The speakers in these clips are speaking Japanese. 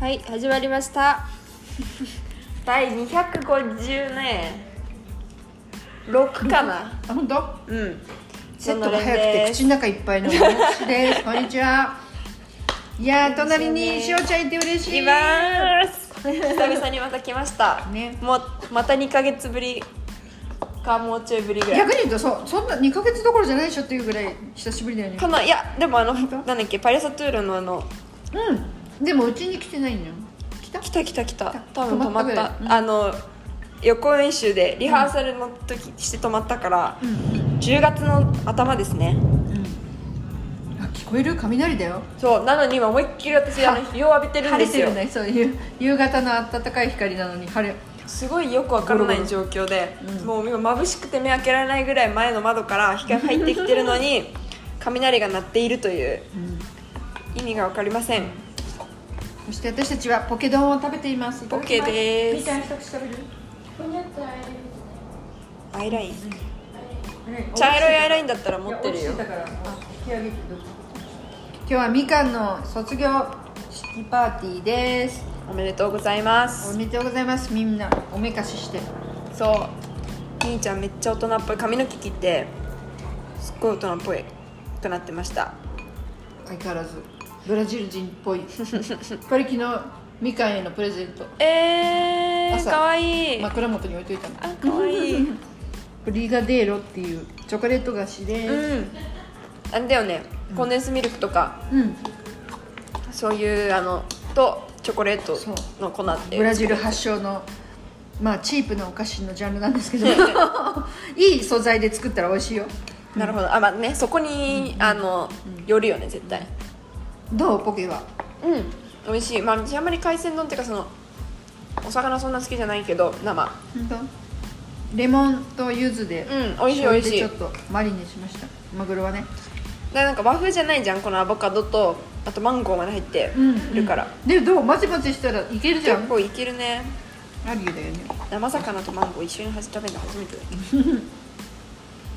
はい始まりました 第250ね6かなあ本当うんセそッのトが連早くてで口の中いっぱいの ももちですこんにちはいやー隣にしおちゃんいて嬉しいいます久々にまた来ました、ねもうまた2か月ぶりかもうちょいぶりぐらい逆に言うとそうそんな2ヶ月どころじゃないでしょっていうぐらい久しぶりだよねかないやでもあの当なんだっけパリサトゥールのあのうんでもうちに来てないのよ来た来た来た来たた多分泊泊ままっったたぐらいあうんの予行演習でリハーサルの時して泊まったから、うん10月の頭ですねあ聞こえる雷だよそうなのに今思いっきり私あの日を浴びてるん晴でれすてよるねそういう夕方の暖かい光なのに晴れすごいよくわからない状況で、もう今眩しくて目開けられないぐらい前の窓から光が入ってきてるのに雷が鳴っているという意味がわかりませんそして私たちはポケ丼を食べていますポケみでーちゃんす一口食べるアイライン茶色いアイラインだったら持ってるよ今日はみかんの卒業式パーティーですおめでとうございまおすめでとうございますみんなおめかししてそう兄ちゃんめっちゃ大人っぽい髪の毛切ってすっごい大人っぽいくなってました相変わらずブラジル人っぽいこれ昨日みかんへのプレゼントえー、朝かわいい、枕元に置いといたのあかわいいうんブリガデーロっていうチョコレート菓子ですあれだよねコンデンスミルクとかうん、そういうあのとチョコレートの粉っていうブラジル発祥のまあチープなお菓子のジャンルなんで すけどいい素材で作ったら美味しいよなるほどあまあねそこに、あのよるよね絶対どうポケはうん美味しいまあ私あんまり海鮮丼っていうかそのお魚そんな好きじゃないけど生本当レモンと柚子で、うん美味しい美味しい醤油でちょっとマリネしましたマグロはねでなんか和風じゃないじゃんこのアボカドとあとマンゴーまで入ってるから、でどうマチマチしたらいけるじゃ結ん構いけるねアリューだよね生魚とマンゴー一緒に食べるの初めてだけど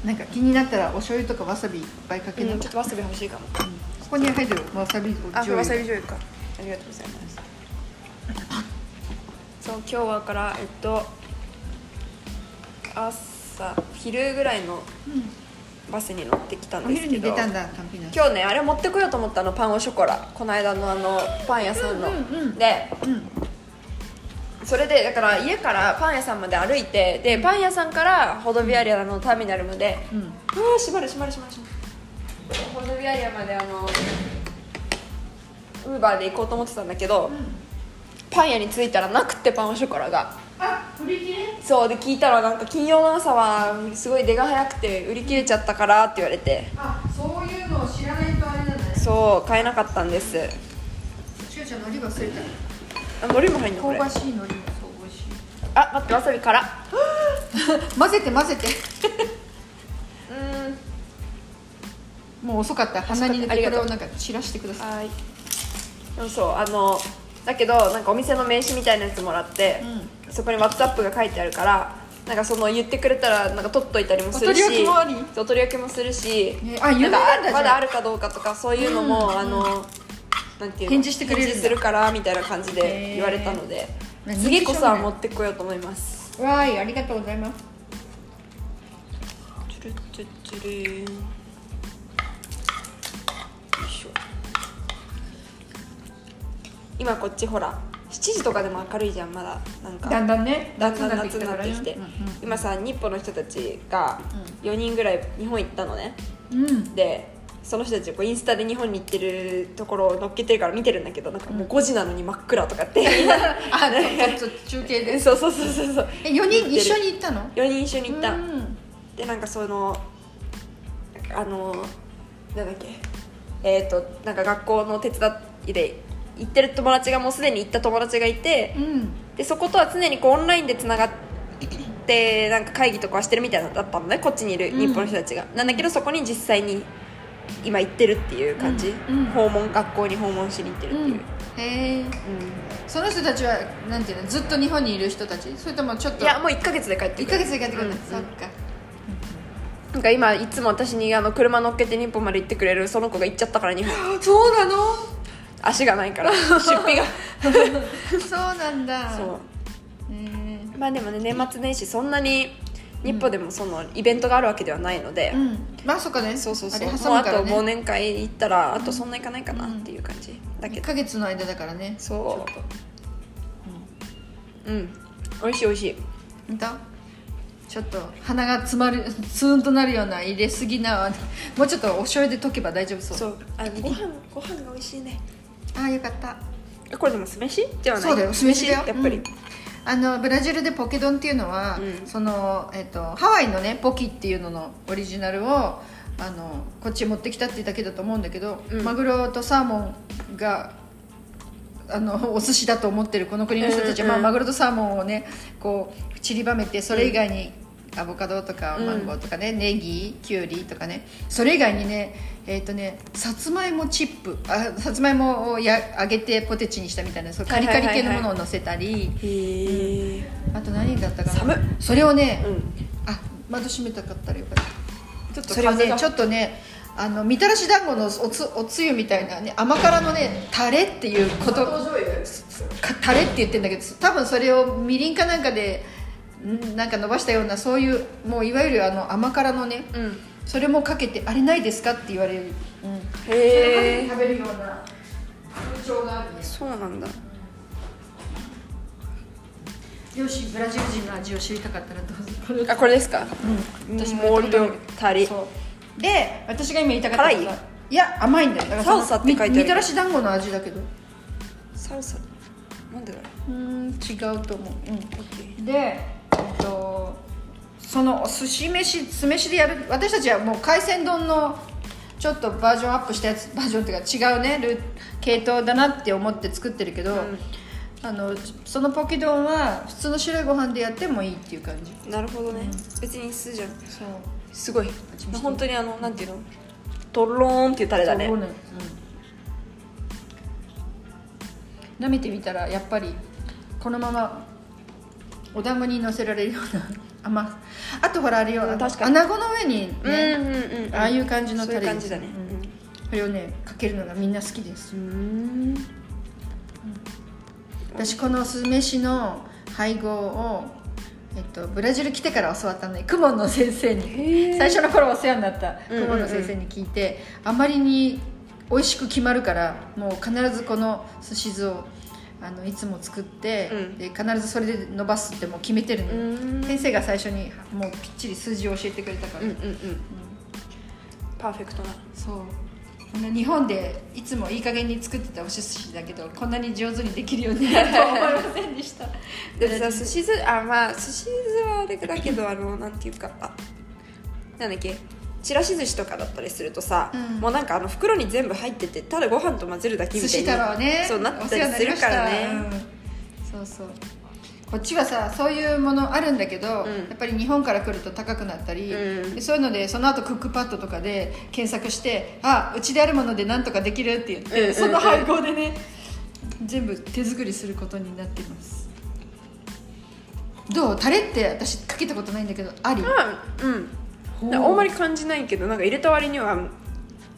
なんか気になったらお醤油とかわさびいっぱいかけなうんがちょらっとわさび欲しいかもここに入ってるわさびあ、これ醤わさび油醤油か。ありがとうございます。そう、今日はから、えっと。朝、昼ぐらいの。バスに乗ってきたんおです昼けにど。出たんだ単品の今日ね、あれ持ってこようと思ったの、パンオショコラ、この間のあの、パン屋さんの。うんうんうんで。うんそれでだから家からパン屋さんまで歩いてでパン屋さんからホドビアリアのターミナルまで、うんああ閉まる閉まる閉まる閉まるホドビアリアまであのウーバーで行こうと思ってたんだけど、パン屋に着いたらなくってパンオショコラがあ売り切れそうで聞いたらなんか金曜の朝はすごい出が早くて売り切れちゃったからって言われてあそういうのを知らないとあれなんだねそう買えなかったんですしゅうちゃん海苔忘れたあ海苔も入んのこ香ればしい海苔もそう美味しあ待ってわさびからい混ぜて混ぜてうーんもう遅かった鼻遅にかったありがこれとうをなんか散らしてくださいはいでもそうあのだけどなんかお店の名刺みたいなやつもらって、そこに WhatsApp が書いてあるからなんかその言ってくれたらなんか取っといたりもするしお取り置きもありそうお取り置きもするし、ねあ有名なんかまだじゃだああるかどうかとかそういうのも、あのなんていうの返事してくれるんだ返事するからみたいな感じでへー言われたのでね次こそは認知症ね持ってこようと思いますわーいありがとうございますチュルチュルチュルーンよいしょ今こっちほら7時とかでも明るいじゃんまだなんかだんだんねだんだん夏きにたなっからてねきて、う今さ日本の人たちが4人ぐらい日本行ったのねんうんうんでその人たちこうインスタで日本に行ってるところを載っけてるから見てるんだけどなんかもう5時なのに真っ暗とか って、あちょっと中継ですそうそうそうそうそうえ4人一緒に行ったの4人一緒に行った、うんでなんかそのあのなんだっけえっ、となんか学校の手伝いで行ってる友達がもうすでに行った友達がいて、うんでそことは常にこうオンラインでつながってなんか会議とかはしてるみたいだったのねこっちにいる日本の人たちが、なんだけどそこに実際に今行ってるっていう感じ、うんうん訪問学校に訪問しに行ってるっていう、うんへえその人たちはなんていうのずっと日本にいる人たちそれともちょっいとやもう1ヶ月で帰って1くるヶ月で帰ってくるんだ、うんそっかなんか今いつも私にあの車乗っけて日本まで行ってくれるその子が行っちゃったから日本そうなの足がないから 出費がそうなんだそえうまあでもね年末年始そんなに日本でもそのイベントがあるわけではないので、ーうんまあそうかねそうそうそうあれ挟もうむあかとらね忘年会行ったらあとそんな行かないかなっていう感じだけ1ど、ヶ月の間だからねそちょっううん美味しい美味しいと見たちょっと鼻が詰まるツーンとなるような入れすぎなもうちょっとお醤油で溶けば大丈夫そうそうあご飯ご飯が美味しいねああよかったこれでも酢飯ではないそうだよ酢飯だよやっぱり、うんあのブラジルでポケ丼っていうのは、うんそのえっとハワイのねポキっていうののオリジナルをあのこっち持ってきたってだけだと思うんだけど、うんマグロとサーモンがあのお寿司だと思ってるこの国の人たちは、うんうんまあ、マグロとサーモンをねこう散りばめてそれ以外にアボカドとかうんマンゴーとかね、ネギキュウリとかねそれ以外にねえっ、とねさつまいもチップあさつまいもをや揚げてポテチにしたみたいなそうカリカリ系のものを乗せたり、へえあと何だったか寒なっそれをね、うんあ窓閉めたかったらよかっちたょっとそれを風ねがちょっとねあのみたらし団子のおつおつゆみたいなね甘辛のねタレっていうことかタレって言ってんだけど多分それをみりんかなんかでんなんか伸ばしたようなそういうもういわゆるあの甘辛のね、うんそれもかけてあれないですかって言われる、うん、へえ食べるような風潮があるねそうなんだよしブラジル人の味を知りたかったらどうぞこれあこれですかうん私ももうとたりそうで私が今言いたかったの辛いがいや甘いんだよだからそのサウサって書いてあるみみたらし団子の味だけどサルサなんでだろうーん違うと思う、うオッケーうん、でえっとそのお寿司飯酢飯でやる私たちはもう海鮮丼のちょっとバージョンアップしたやつバージョンっていうか違うねルー系統だなって思って作ってるけど、んあのそのポキ丼は普通の白いご飯でやってもいいっていう感じなるほどね、別に酢じゃんそうすごいちみつ本当にあのなんていうのとろーんっていうタレだねそうねうん、舐めてみたらやっぱりこのままお団子にのせられるような甘あとほらあれよ、あの確かに穴子の上にうんね、うんうんああいう感じのそういタうレ感でじすだねこれをねかけるのがみんな好きですうん私この酢飯の配合を、えっと、ブラジル来てから教わったので顧問の先生へにー最初の頃お世話になったうんうんうん顧問の先生に聞いて、あまりに美味しく決まるからもう必ずこの寿司酢をあのいつも作って、うんで必ずそれで伸ばすってもう決めてるのうよ、ん先生が最初にもうきっちり数字を教えてくれたから、うんうんうんパーフェクトなそうこんな日本でいつもいい加減に作ってたお寿司だけどこんなに上手にできるようになる とは思いませんでしたでさ寿司酢あまあ寿司酢はあれだけどあのなんていうかあなんだっけちらし寿司とかだったりするとさ、うんもうなんかあの袋に全部入っててただご飯と混ぜるだけみたい寿に司太郎ねそうなっおたり世話になすりまるしかたらね、うんそうそうこっちはさそういうものあるんだけど、うんやっぱり日本から来ると高くなったり、うんでそういうのでその後クックパッドとかで検索してあうちであるものでなんとかできるって言って、うんうんうんその配合でね全部手作りすることになってますどうタレって私かけたことないんだけどあり、うんうんほうあんまり感じないけどなんか入れた割には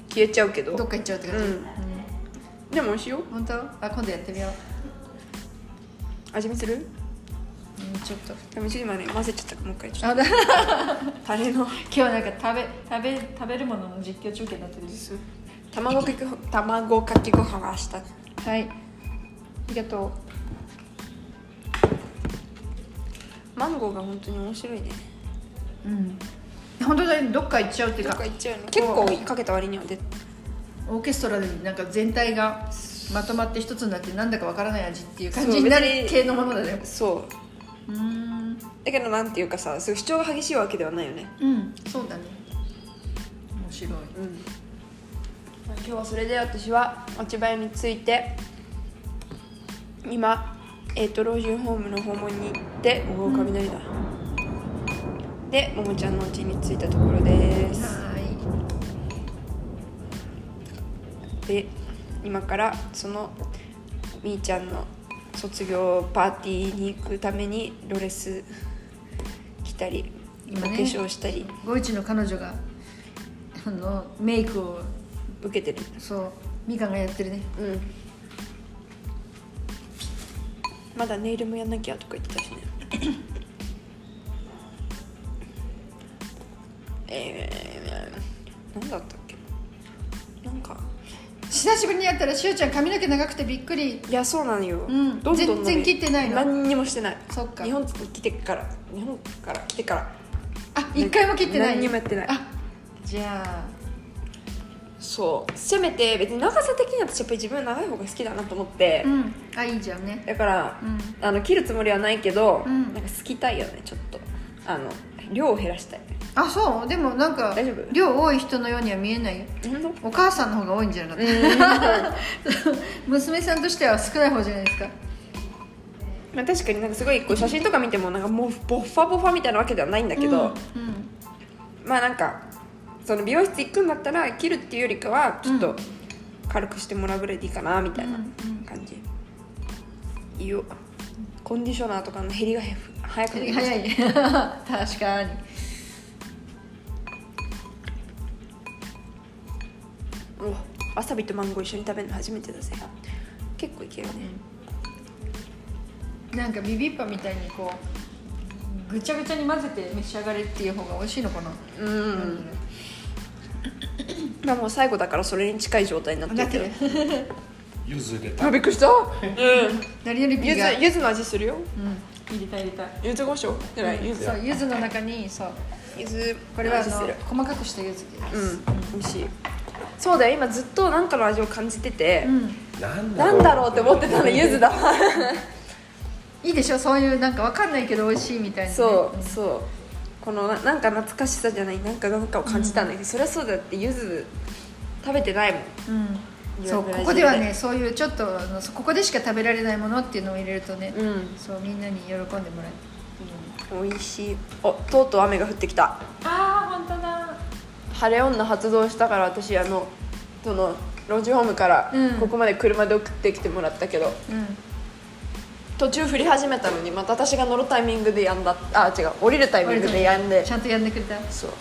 消えちゃうけどどっか行っちゃうって感じ、うんでも美味しいよ本当あ今度やってみよう、味見するうん、ちょっとでも一応今ね混ぜちゃったからもう一回ちょっあだとタレの今日はなんか食べ食べ食べるものの実況中継になってるんです卵かけご卵かけご飯は明日はいありがとマンゴーが本当に面白いねううん本当だねどっか行っちゃうっていどうっかか行っちゃうね結構かけた割には出オーケストラでなんか全体がまとまって一つになってなんだかわからない味っていう感そじうになる別に系のものだねそううーんだけどなんていうかさすごい主張が激しいわけではないよねうんそうだね面白いうん今日はそれで私は落ち葉屋について今、えー、と老人ホームの訪問に行っておお雷だ、でももちゃんの家に着いたところですはで今からそのみーちゃんの卒業パーティーに行くためにロレス着たりお今化ね粧したりーいゴイチの彼女があのメイクを受けてるそうみかんがやってるねうんまだネイルもやんなきゃとか言ってたしねえー、なんだったっけななんか久しぶりにやったらしおちゃん髪の毛長くてびっくりいやそうなのよ、うんどんどん伸び全然切ってないの何にもしてないそっか日本来てから日本から来てからあ一回も切ってない何にもやってないあじゃそうせめて別に長さ的には私やっぱり自分長い方が好きだなと思ってあ、うんあいいじゃんねだから、うんあの切るつもりはないけど、うんなんか好きたいよねちょっとあの量を減らしたいあそうでもなんか大丈夫量多い人のようには見えないよ本 当お母さんの方が多いんじゃなかったま 娘さんとしては少ない方じゃないですかあ確かになんかすごいこう写真とか見てもなんかもうボッファボッファみたいなわけではないんだけど、うんうんまあなんかその美容室行くんだったら切るっていうよりかはちょっうとん軽くしてもらうぐらいでいいかなみたいなうんうん感じ、いいよコンディショナーとかの減りが早くなりました早い 確かにうわわさびとマンゴー一緒に食べるの初めてだぜ結構いけるねなんかビビッパみたいにこうぐちゃぐちゃに混ぜて召し上がれっていう方が美味しいのかな、うん、まあもう最後だからそれに近い状態になってだっるけてどねゆずであびっくりしたうんなりよりピゆーずが、ゆずの味するようん、入れたい入れたいゆず胡椒じゃないゆずそう柚子の中にそうゆずこれはあのの味する細かくした柚子うですん美味しいそうだよ今ずっとなんかの味を感じてて、うん、なんなだろうんだろうって思ってたのゆずだわいいでしょそういうなんかわかんないけど美味しいみたいな ね、そうそうこのななんか懐かしさじゃないなんかなんかを感じたんだけど、そりゃそうだってゆず食べてないもんうんいやそうブラジルでここではねそういうちょっとあのここでしか食べられないものっていうのを入れるとね、うんそうみんなに喜んでもらえる美味しいおとうとう雨が降ってきたああ本当だ晴れ女発動したから私あのその老人ホームからうんここまで車で送ってきてもらったけど、うん途中降り始めたのにまた私が乗るタイミングでやんだあ違う降りるタイミングでやんでちゃんとやんでくれたそう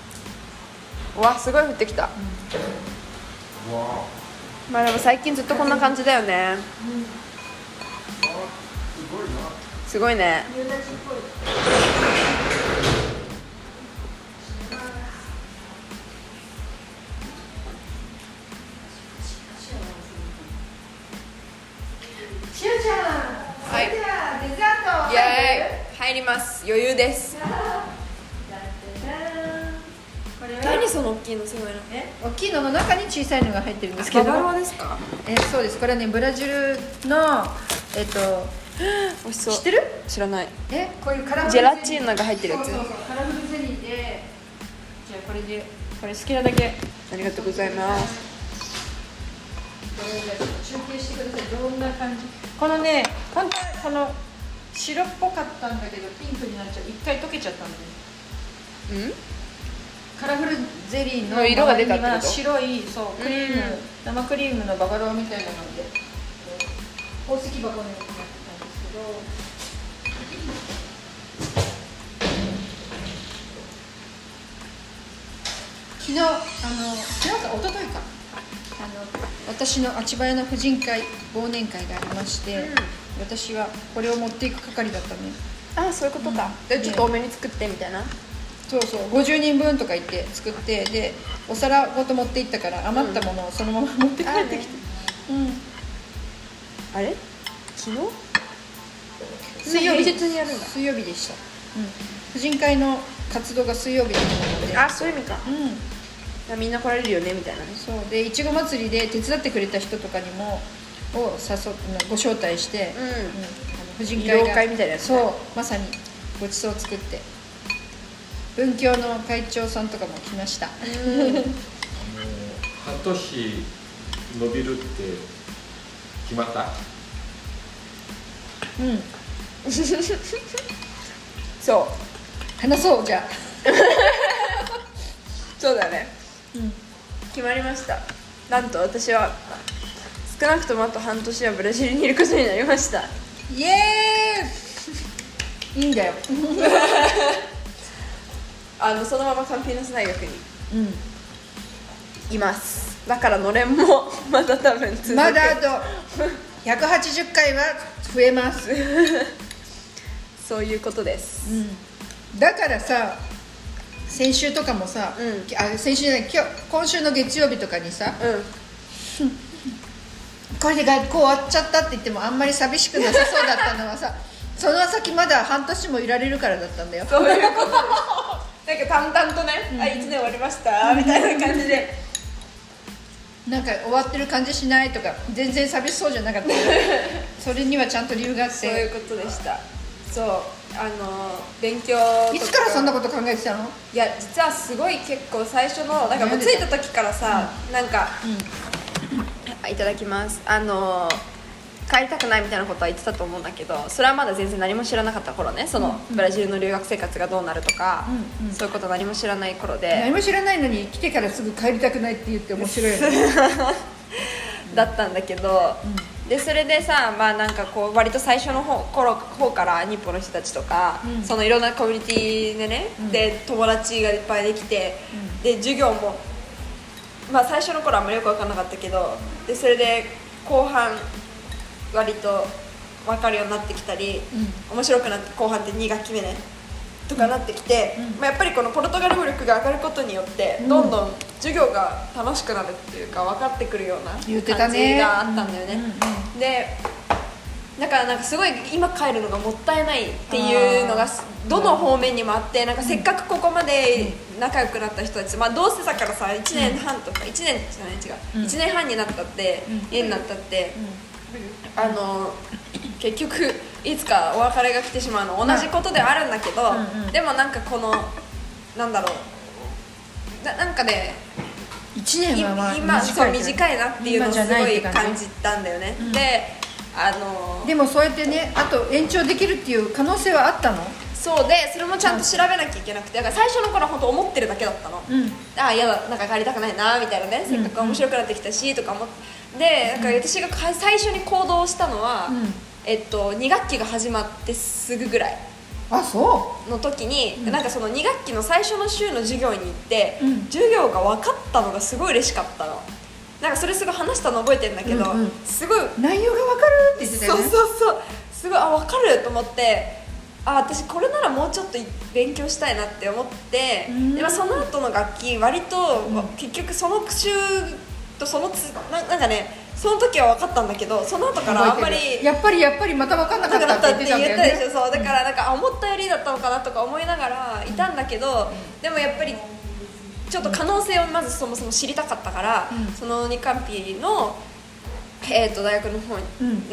うわすごい降ってきた、うわまあでも最近ずっとこんな感じだよねすごいなすごいねしおちゃんはいじゃあデザートイエーイ入ります余裕ですこれは何その大きいのすごいのね大きいのの中に小さいのが入ってるんですけバどバロアですかえーそうですこれはねブラジルのえっと美味しそう知ってる知らないえこういうカラフルジェラチーノが入ってるやつそうそうそうカラフルゼリーでじゃあこれでこれ好きなだけありがとうございますこれじゃあ中継してくださいどんな感じこのね本当はこの白っぽかったんだけどピンクになっちゃう一回溶けちゃったんだようんカラフルゼリーのの色が出たってこと周りには白いそうクリーム、うん生クリームのババロアみたいなのでこう宝石箱のようになってたんですけど昨日あの昨日か一昨日かあの私の千葉屋の婦人会忘年会がありまして、うん私はこれを持っていく係だったのねあそういうことか、でちょっと多めに作ってみたいなそうそう50人分とか言って作ってでお皿ごと持って行ったから余ったものをそのまま持って帰ってきて、うんあれ昨日水曜日平日にやるんだ水曜日でした、うん、婦人会の活動が水曜日だったのであそういう意味かうんみんな来られるよねみたいなねそうでいちご祭りで手伝ってくれた人とかにもを誘ってご招待して、うんあの婦人会慰が労会みたいなやつねそうまさにごちそうを作って文教の会長さんとかも来ました半年伸びるって決まったうんそう話そうじゃあそうだねうん決まりましたなんと私は少なくともあと半年はブラジルにいることになりましたイエ ーイいいんだよあのそのままカンピーナス大学にうん いますだからのれんもまだ多分続くまだあと180回は増えます、そういうことですだからさ先週とかもさ、うんきあ先週じゃない今日今週の月曜日とかにさうこれで学校終わっちゃったって言ってもあんまり寂しくなさそうだったの はさその先まだ半年もいられるからだったんだよんそういうことですなんか淡々とね「あ1年終わりました」みたいな感じでなんか終わってる感じしないとか全然寂しそうじゃな かったよそれにはちゃんと理由があっそういうてことでしたそうあの勉強といつからそんなこと考えてたのいや実はすごい結構最初のなんかもう着いた時からさ、なんか、あいただきますあの帰りたくないみたいなことは言ってたと思うんだけどそれはまだ全然何も知らなかった頃ねその、ブラジルの留学生活がどうなるとか、うんうんそういうこと何も知らない頃何で、も知らないのに来てからすぐ帰りたくないって言って面白い よねだったんだけど、でそれでさまあなんかこう割と最初の方頃方から日本の人たちとか、うんそのいろんなコミュニティでね、んで友達がいっぱいできて、で授業もまあ最初の頃あんまりよく分かんなかったけどでそれで後半割と分かるようになってきたり、面白くなって後半って2学期目ねとかなってきて、まあ、やっぱりこのポルトガル語力が上がることによってどんどん授業が楽しくなるっていうか分かってくるような言ってた感じねがあったんだよね。うんうんでだからなんかすごい今帰るのがもったいないっていうのがあーどの方面にもあってなんかせっかくここまで仲良くなった人たち、まあ、どうせだからさ1年半とか1年じゃない違う、うん1年半になったって、うん家になったって、あの結局いつかお別れが来てしまうの同じことではあるんだけど、うんうんでもなんかこのなんだろうななんかね1年はまあい今そうい短いなっていうのを今すじゃないごってい感じ感じたんだよね、んであのでもそうやってねあと延長できるっていう可能性はあったのそうでそれもちゃんと調べなきゃいけなくてだから最初の頃は本当思ってるだけだったの、うんああ嫌だなんか帰りたくないなみたいなねせっかく面白くなってきたしとか思ってでなんか私がか最初に行動したのは、うんえっと、2学期が始まってすぐぐらいあその時に、なんかその2学期の最初の週の授業に行って、うん授業が分かったのがすごい嬉しかったのなんかそれすごい話したの覚えてんだけど、うんうんすごいう内容がわかるって言ってたそようねそうそうすごいあ分かると思ってあ私これならもうちょっと勉強したいなって思ってうんで、まあ、その後の楽器割と、まあ結局その週とそのつななんかねその時は分かったんだけどその後からあんま覚りえてるやっぱりやっぱりまたわかんなかなっかったたっってて言言ってったんだたよでねしょそうだからなんかあ思ったよりだったのかなとか思いながらいたんだけどでもやっぱりちょっと可能性をまずそもそも知りたかったから、うんそのニカンピの、えー、と大学の方の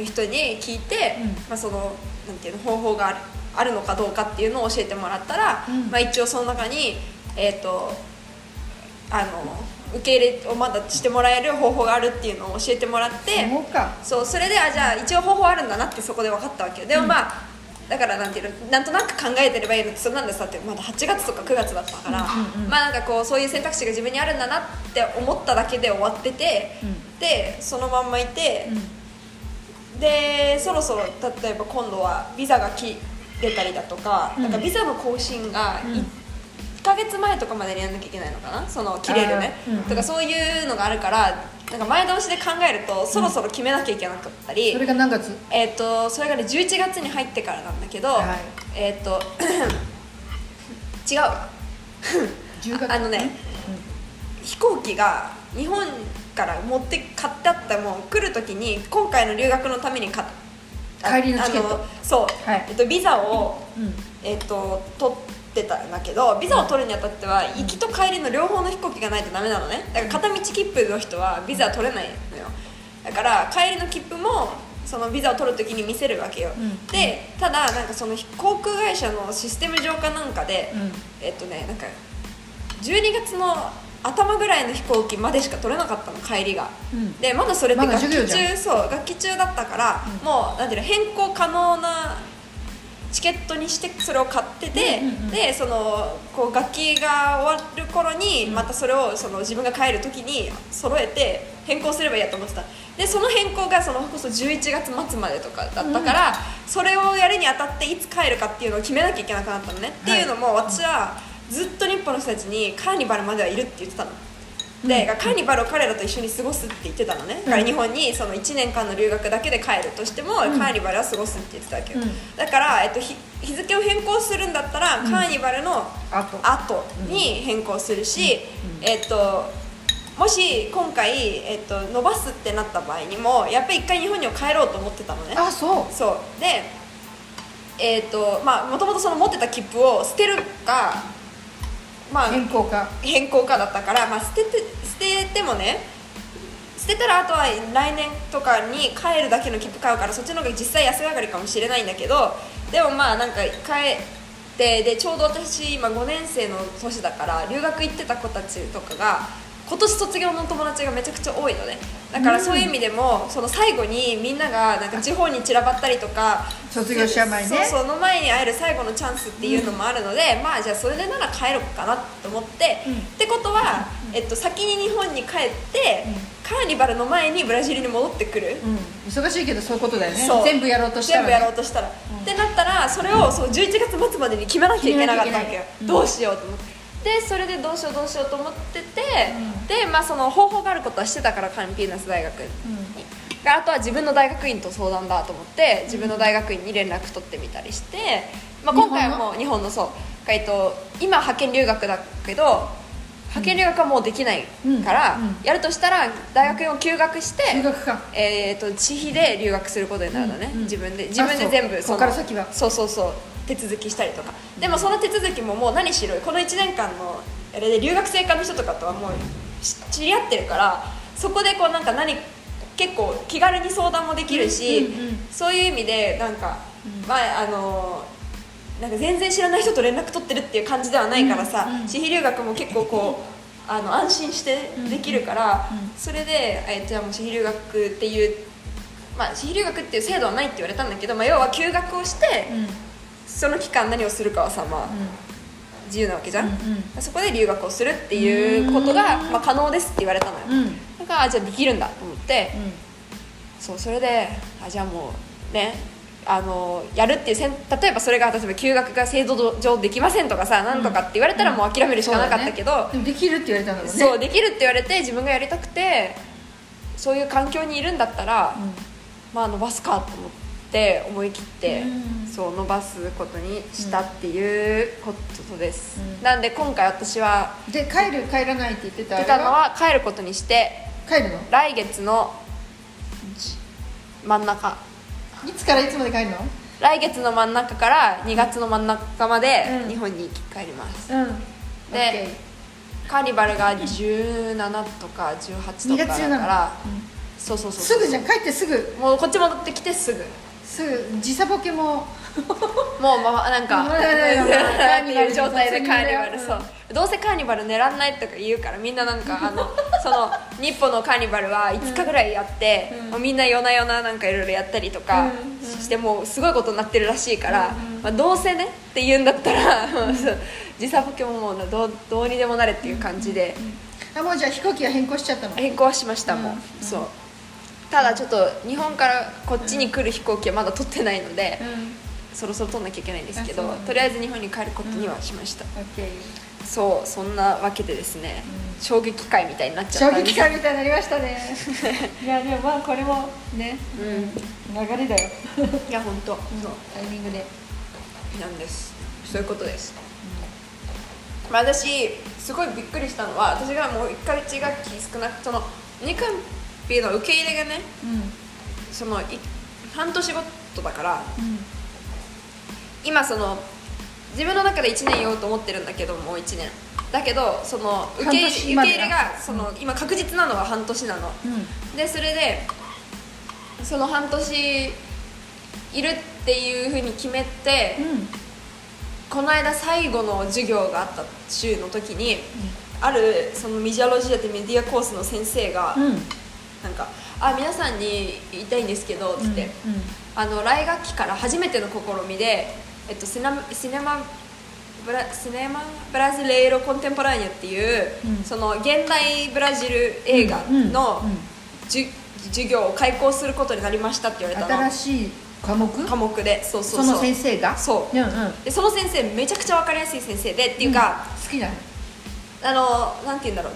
人に聞いて、うんまあ、そのなんていうの方法があるあるのかどうかっていうのを教えてもらったら、うんまあ、一応その中に、えー、とあの受け入れをまだしてもらえる方法があるっていうのを教えてもらって。そうかそうそれであじゃあ一応方法あるんだなってそこで分かったわけよでもまあ、だからなんていうのなんとなく考えてればいいのってそんなんでさってまだ8月とか9月だったから、うんうんまあなんかこうそういう選択肢が自分にあるんだなって思っただけで終わってて、うんでそのまんまいて、うんでそろそろ例えば今度はビザが切れたりだとか,、うんなんかビザの更新がうん1ヶ月前とかまでにやんなきゃいけないのかなその切れるね、あーうんうんとかそういうのがあるからなんか前倒しで考えるとそろそろ決めなきゃいけなかったり、それが何月えー、とそれがね11月に入ってからなんだけど、はいえっ、と 違うわ10月あのね飛行機が日本から持って買ってあったもう来る時に今回の留学のために買っあ帰りのチケットあのそう、はいえっと、ビザを、うんえっと、取ってたんだけどビザを取るにあたっては行きと帰りの両方の飛行機がないとダメなのねだから片道切符の人はビザ取れないのよだから帰りの切符もそのビザを取る時に見せるわけよ、うんでただなんかその航空会社のシステム上かなんかで、うんえっとねなんか12月の頭ぐらいの飛行機までしか取れなかったの帰りが、うんでまだそれってまだ学期授業じゃ中んそう学期中だったから、もうなんていうの変更可能なチケットにしてそれを買ってて、うんうんうんでそのこう楽器が終わる頃にまたそれをその自分が帰る時に揃えて変更すればいいやと思ってたでその変更がそのこそ11月末までとかだったから、それをやるにあたっていつ帰るかっていうのを決めなきゃいけなくなったのね、っていうのも私はずっと日本の人たちにカーニバルまではいるって言ってたの。でカーニバルを彼らと一緒に過ごすって言ってたのね、だから日本にその1年間の留学だけで帰るとしても、カーニバルは過ごすって言ってたわけど、うんだから、えっと、日日付を変更するんだったら、カーニバルのあと後に変更するし、えっともし今回、えっと、伸ばすってなった場合にもやっぱり一回日本には帰ろうと思ってたのねあそうそうでえっ、とまあもともとその持ってた切符を捨てるかまあ変更か変更かだったから、まあ、捨てて捨ててもね捨てたらあとは来年とかに帰るだけの切符買うからそっちの方が実際安上がりかもしれないんだけどでもまあなんか帰ってでちょうど私今5年生の年だから留学行ってた子たちとかが今年卒業の友達がめちゃくちゃ多いのねだからそういう意味でも、その最後にみんながなんか地方に散らばったりとか卒業しちゃう前ねそうその前に会える最後のチャンスっていうのもあるので、まあじゃあそれでなら帰ろうかなと思って、うんってことは、えっと、先に日本に帰って、うんカーニバルの前にブラジルに戻ってくる、うん忙しいけどそういうことだよねそう全部やろうとしたら、全部ね、やろうとしたら、ってなったらそれをそう11月末までに決めなきゃいけなかったわけよ決めなきゃいけない、うんどうしようと思って。でそれでどうしようどうしようと思ってて、でまあその方法があることはしてたからカンピーナス大学に、であとは自分の大学院と相談だと思って自分の大学院に連絡取ってみたりして、まあ、今回はもう日本のそうえっと今派遣留学だけど派遣留学はもうできないから、うんうんやるとしたら大学院を休学して留学かえー、と自費で留学することになるのね、うんうん自分で自分で全部あそうそのここから先はそうそうそう手続きしたりとかでもその手続きももう何しろこの1年間のあれで留学生課の人とかとはもうし知り合ってるからそこでこうなんか何結構気軽に相談もできるし、うんうんうんそういう意味でなんか、まああのなんか全然知らない人と連絡取ってるっていう感じではないからさ、うんうん私費留学も結構こうあの安心してできるから、うんうんそれで、えーじゃあもう私費留学っていうまあ私費留学っていう制度はないって言われたんだけど、まあ、要は休学をして、うんその期間何をするかはさまあ、自由なわけじゃん、うんそこで留学をするっていうことが、まあ、可能ですって言われたのよ、うんうんだからあじゃあできるんだと思って、そうそれであじゃあもうねあのやるっていうせん例えばそれが例えば休学が制度上できませんとかさなんとかって言われたらもう諦めるしかなかったけど、そうだねでもできるって言われたんだもんねそうできるって言われて自分がやりたくてそういう環境にいるんだったら、うんまあ伸ばすかと思って思い切って、うんそう伸ばすことにしたっていうことです、うんなんで今回私はで帰る帰らないって言ってたあ出れたのは帰ることにして帰るの来月のじ真ん中いつからいつまで帰るの来月の真ん中から2月の真ん中までうん日本に帰ります、うんでカーニバルが17とか18 2とか月中だかなのら、そうそうそうすぐじゃん帰ってすぐもうこっち戻ってきてすぐすぐ時差ボケももうまま なんかうんカーニバル状態でうんカーニバルうんそうどうせカーニバル狙わないとか言うからみんななんかあ のその日本のカーニバルは5日ぐらいやって、うんもうみんな夜な夜ななんかいろいろやったりとかうんして、もうすごいことになってるらしいから、うんまあ、どうせねって言うんだったら、そう 時差ボケももうどうどうにでもなれっていう感じであもうじゃあ飛行機が変更しちゃったの変更はしましたもん、うんそうただちょっと日本からこっちに来る飛行機はまだ取ってないので、うそろそろ取んなきゃいけないんですけど、あそうとりあえず日本に帰ることにはしました、ん OK そうそんなわけでですね、う衝撃会みたいになっちゃ衝ったんで撃す感みたいになりましたね いやでもまあこれもね流れだようんいや本当、タイミングでなんですそういうことです、まあ私すごいびっくりしたのは私がもう1ヶ月学期少なくその2カンピの受け入れがねうそのい半年ごとだからんうん今その自分の中で1年ようと思ってるんだけどもう1年だけどその受け入れ半受け年まで入れがその今確実なのは半年なのでそれでその半年いるっていうふうに決めて、この間最後の授業があった週の時に、あるそのミジャロジアってメディアコースの先生が、うんうんなんか「あ皆さんに言いたいんですけど」っつって。あの来学期から初めての試みで、えっと、シナシネマブラシネマブラジレイロ・コンテンポラーニョっていう、うんその現代ブラジル映画のうんうんじゅ、授業を開講することになりましたって言われたの新しい科目科目でそうそうそそうの先生がそううんうん好でその先生めちゃくちゃ分かりやすい先生でっていうか、きなのあのなんて言うんだろう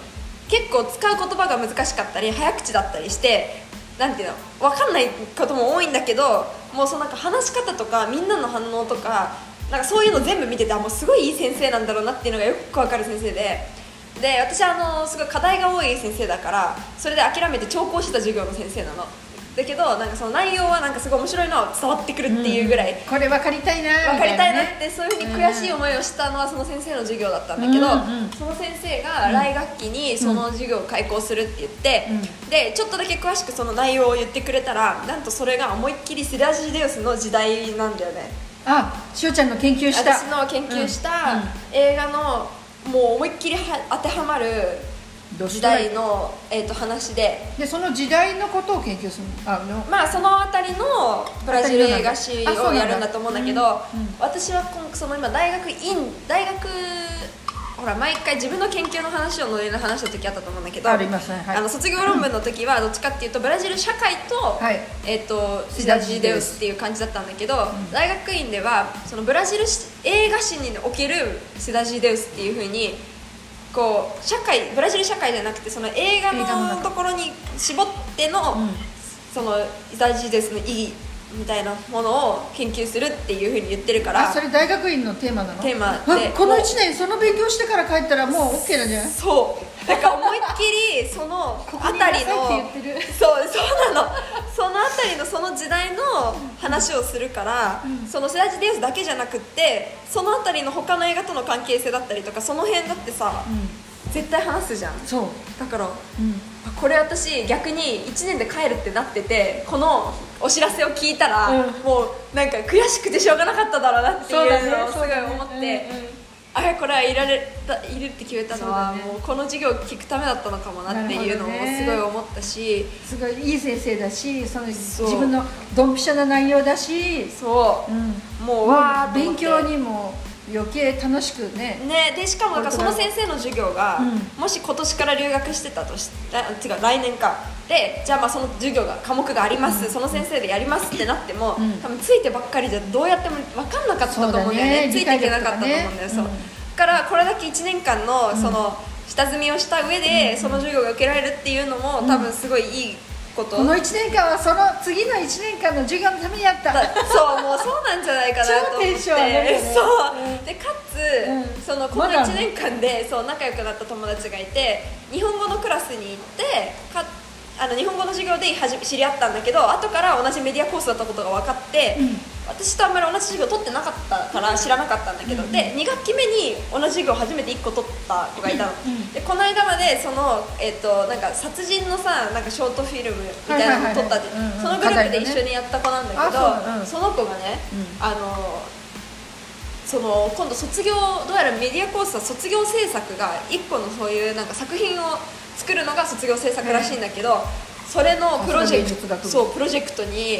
結構使う言葉が難しかったり早口だったりしてなんていうの分かんないことも多いんだけどもうそのなんか話し方とかみんなの反応とかなんかそういうの全部見ててあもうすごいいい先生なんだろうなっていうのがよく分かる先生で。で私はあのすごい課題が多い先生だからそれで諦めて聴講してた授業の先生なのだけどなんかその内容はなんかすごい面白いのは伝わってくるっていうぐらいこれ分かりたいな分かりたいなっみてねそういうふうに悔しい思いをしたのはその先生の授業だったんだけど、うんうんその先生が来学期にその授業を開講するって言って、でちょっとだけ詳しくその内容を言ってくれたらなんとそれが思いっきりセラジデウスの時代なんだよねあしおちゃんの研究した私の研究した、うんうん映画のもう思いっきりは当てはまるどうし時たらいい代の、えー、と話ででその時代のことを研究するのあのまあその辺りのブラジル映画史あそうなをんだやるんだと思うんだけどうんうん私は今その今大学院大学ほら毎回自分の研究の話をノリの話した時あったと思うんだけどありますねはいあの卒業論文の時はどっちかっていうとブラジル社会と,、はいえっとシシダダジジデデウウススっていう感じだったんだけど、大学院ではそのブラジルし映画史におけるシダジデウスっていうふうにこう社会ブラジル社会じゃなくてその映画映画の中のところに絞っての、うんそのイザジデスの意義みたいなものを研究するっていうふうに言ってるからあそれ大学院のテーマなのテーマあでこの1年その勉強してから帰ったらもう OK なんじゃないそうだから思いっきりそのこ辺にいりなさいのって言って るそうそうなのその辺りのその時代の話をするから、そのセラジデウスだけじゃなくってその辺りの他の映画との関係性だったりとかその辺だってさ、絶対話すじゃんそう、だからうん、あこれ私逆に1年で帰るってなっててこのお知らせを聞いたら、うんもうなんか悔しくてしょうがなかっただろうなっていそうだねうのをすそごういだね思って、うんうんあれこれはいられたいるって決めたのは、そうだねもうこの授業を聞くためだったのかもなっていうのもなるほどねすごい思ったし、すごいいい先生だしそのそう自分のドンピシャな内容だし、そう、もうわーっと思勉って強にも余計楽しくねね、でしかもなんかその先生の授業が、うんもし今年から留学してたとした違う来年かでじゃあまあその授業が科目があります、その先生でやりますってなっても、うん多分ついてばっかりじゃどうやっても分かんなかったと思うんだよねそうだねついていけなかったと思うんだよ、理解力とかねそううだんからこれだけ1年間のその下積みをした上で、その授業が受けられるっていうのも多分すごいいいこと、このだ1年間はその次の1年間の授業のためにやった そうもうそうなんじゃないかなと思って超テンション上がるよねそうでかつ、うんそのこまのだ1年間でそう仲良くなった友達がいて日本語のクラスに行ってかあの日本語の授業ではじ知り合ったんだけど後から同じメディアコースだったことが分かって、私とあんまり同じ授業取ってなかったから知らなかったんだけど、で2学期目に同じ授業初めて1個取った子がいたの、でこの間までその、えっとなんか殺人のさなんかショートフィルムみたいなのを撮ったって、はいはいはいうんそのグループで課題のね一緒にやった子なんだけどあそううんその子がね、あのその今度卒業どうやらメディアコースは卒業制作が1個のそういうなんか作品を作るのが卒業制作らしいんだけど、それのプロジェそれの芸術ク学部トそうプロジェクトに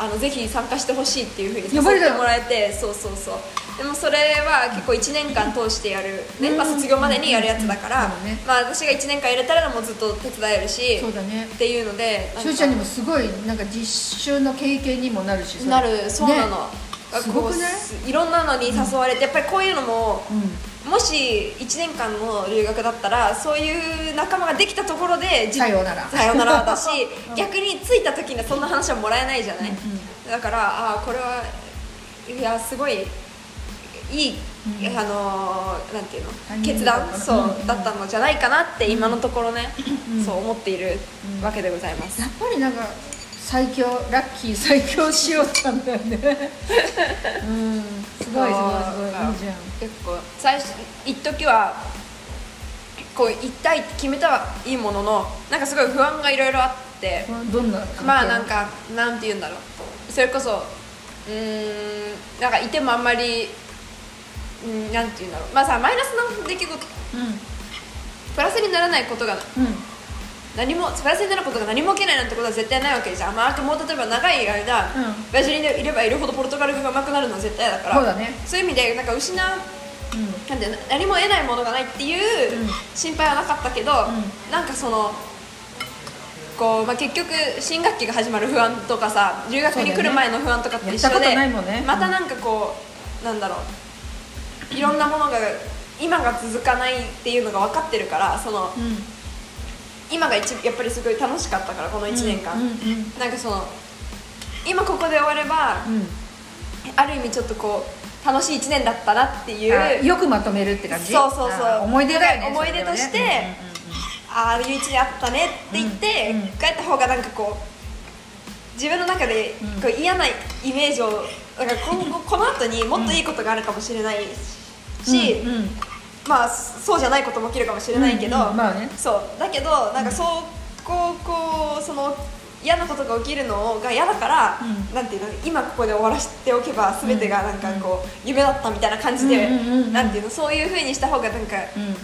あのぜひ参加してほしいっていうふうに誘やばいっだろてもらえてそうそうそうでもそれは結構1年間通してやる、ねまあ、卒業までにやるやつだから、うんうんうんうんそうだねまあ、私が1年間やれたらもうずっと手伝えるしそうだねっていうのでなんしゅかうちゃんにもすごいなんか実習の経験にもなるしなるそうなの、ねがこうすごくないすいろんなのに誘われて、やっぱりこういうのも、うもし1年間の留学だったらそういう仲間ができたところでじさようならさようならだ し逆に着いた時にはそんな話はもらえないじゃない、うんだからああこれはいやすごいいい、あのーなんていうのタイミング決だっ断たなそう、うんだったのじゃないかなって今のところね、そう思っているわけでございます、やっぱりなんか最強ラッキー最強しようたんだよね うんすごいすごいすごいいいじゃん結構最初一時はこう行きたいって決めたはいいもののなんかすごい不安がいろいろあってこれはどんなまあなんかなんて言うんだろうそれこそうーんなんかいてもあんまりうんなんて言うんだろうまあさマイナスの出来事うプラスにならないことがんうん何もプラスになることが何も起きないなんてことは絶対ないわけじゃん、まあ、あともう例えば長い間、うんブラジルにいればいるほどポルトガル語が上手くなるのは絶対だからそうだねそういう意味でなんか失ううんなんていうの何も得ないものがないっていううん心配はなかったけど、んなんかそのこう、まあ、結局新学期が始まる不安とかさ留学に来る前の不安とかって一そう緒だよねで、やったことないもんねまたなんかこうなんだろういろんなものが今が続かないっていうのが分かってるからその、うん今が一やっぱりすごい楽しかったからこの1年間、うんうんなんかその今ここで終われば、うんある意味ちょっとこう楽しい1年だったなっていうあよくまとめるって感じそうそうそうあ思い出だよね思い出としてそれはねああいう一年あったねって言って、うんうん帰った方がなんかこう自分の中でうんこう嫌なイメージをだから今後この後にもっといいことがあるかもしれないし、うんうんまあそうじゃないことも起きるかもしれないけど、うんうんまあねそうだけどなんかそうこうこうその嫌なことが起きるのが嫌だから、うんなんていうの今ここで終わらせておけば全てがなんかこう夢だったみたいな感じで、うんうんうんうんなんていうのそういう風にした方がなんかうん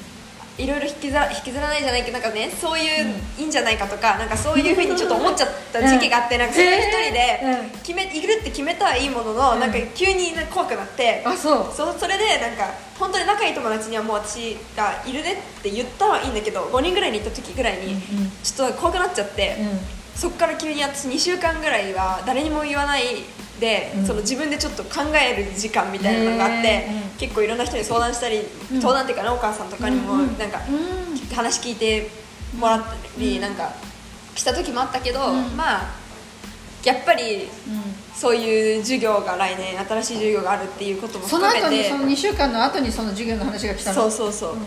いろいろ引きずら引きずらないじゃないけどなんかねそういう、ういいんじゃないかとかなんかそういうふうにちょっと思っちゃった時期があって、うんなんかそれ一人へーうんで決め、いるって決めたはいいものの、うんなんか急に怖くなってあそうそそれでなんか本当に仲いい友達にはもう私がいるねって言ったはいいんだけど5人ぐらいに行った時ぐらいに、うんうんちょっと怖くなっちゃって、うそっから急に私2週間ぐらいは誰にも言わないで、うんその自分でちょっと考える時間みたいなのがあって、へーうん結構いろんな人に相談したり、うん相談っていうかなお母さんとかにもうんなうんんかうん話聞いてもらったりなんかした時もあったけど、うんまあやっぱりうんそういう授業が来年新しい授業があるっていうこともその含め後にてその2週間の後にその授業の話が来たのそううそうそう、ん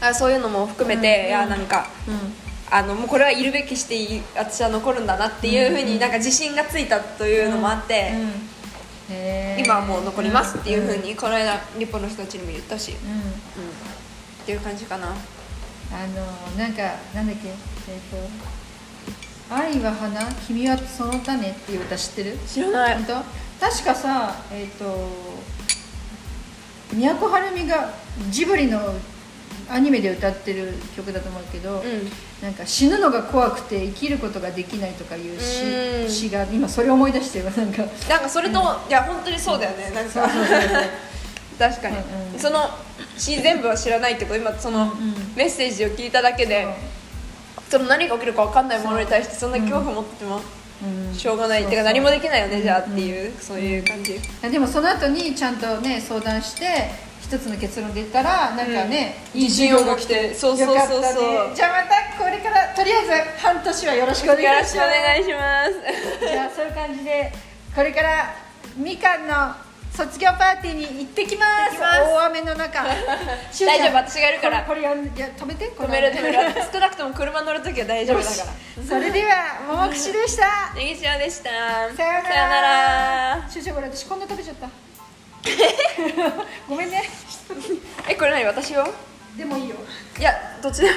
あそういうのも含めて、うんいやなんか。うあのもうこれはいるべきしてい私は残るんだなっていうふうになんか自信がついたというんのもあって、うんへー今はもう残りますっていうふうにこの間日本の人たちにも言ったし、うんうんうん、っていう感じかなあのなんかなんだっけえっ、と「愛は花君はその種」っていう歌知ってる知らな本当確かさえっ、と宮古はるみがジブリのアニメで歌ってる曲だと思うけど、んなんか死ぬのが怖くて生きることができないとかいう詩うん詩が今それを思い出してるなんかなんかそれと、いや本当にそうだよねなんか確かに、うんうんその詩全部は知らないけど今そのうんうんメッセージを聞いただけで、その何が起きるか分かんないものに対してそんな恐怖持っててもうんしょうがない、そうてそうか何もできないよね、じゃあっていう、そういう感じ、でもその後にちゃんとね相談して一つの結論出たらなんかね、うんいい授業が来いいて授業が来てそうそうそうそうよかったねじゃあまたこれからとりあえず半年はよろしくおよ願ろいしくしおます願いしますじゃあそういう感じでこれからみかんの卒業パーティーに行ってきま行ってすきます大雨の 中しゅうちゃん大丈夫私がいるからこれこれやんいや止めてこ止のめる止める少なくとも車乗るときは大丈夫だかよらしそれでは桃串でしたネギ塩でしたさようならさよならしゅうちゃんこれ私こんな食べちゃった ごめんねえこれ何私よでもいいよいやどっちでも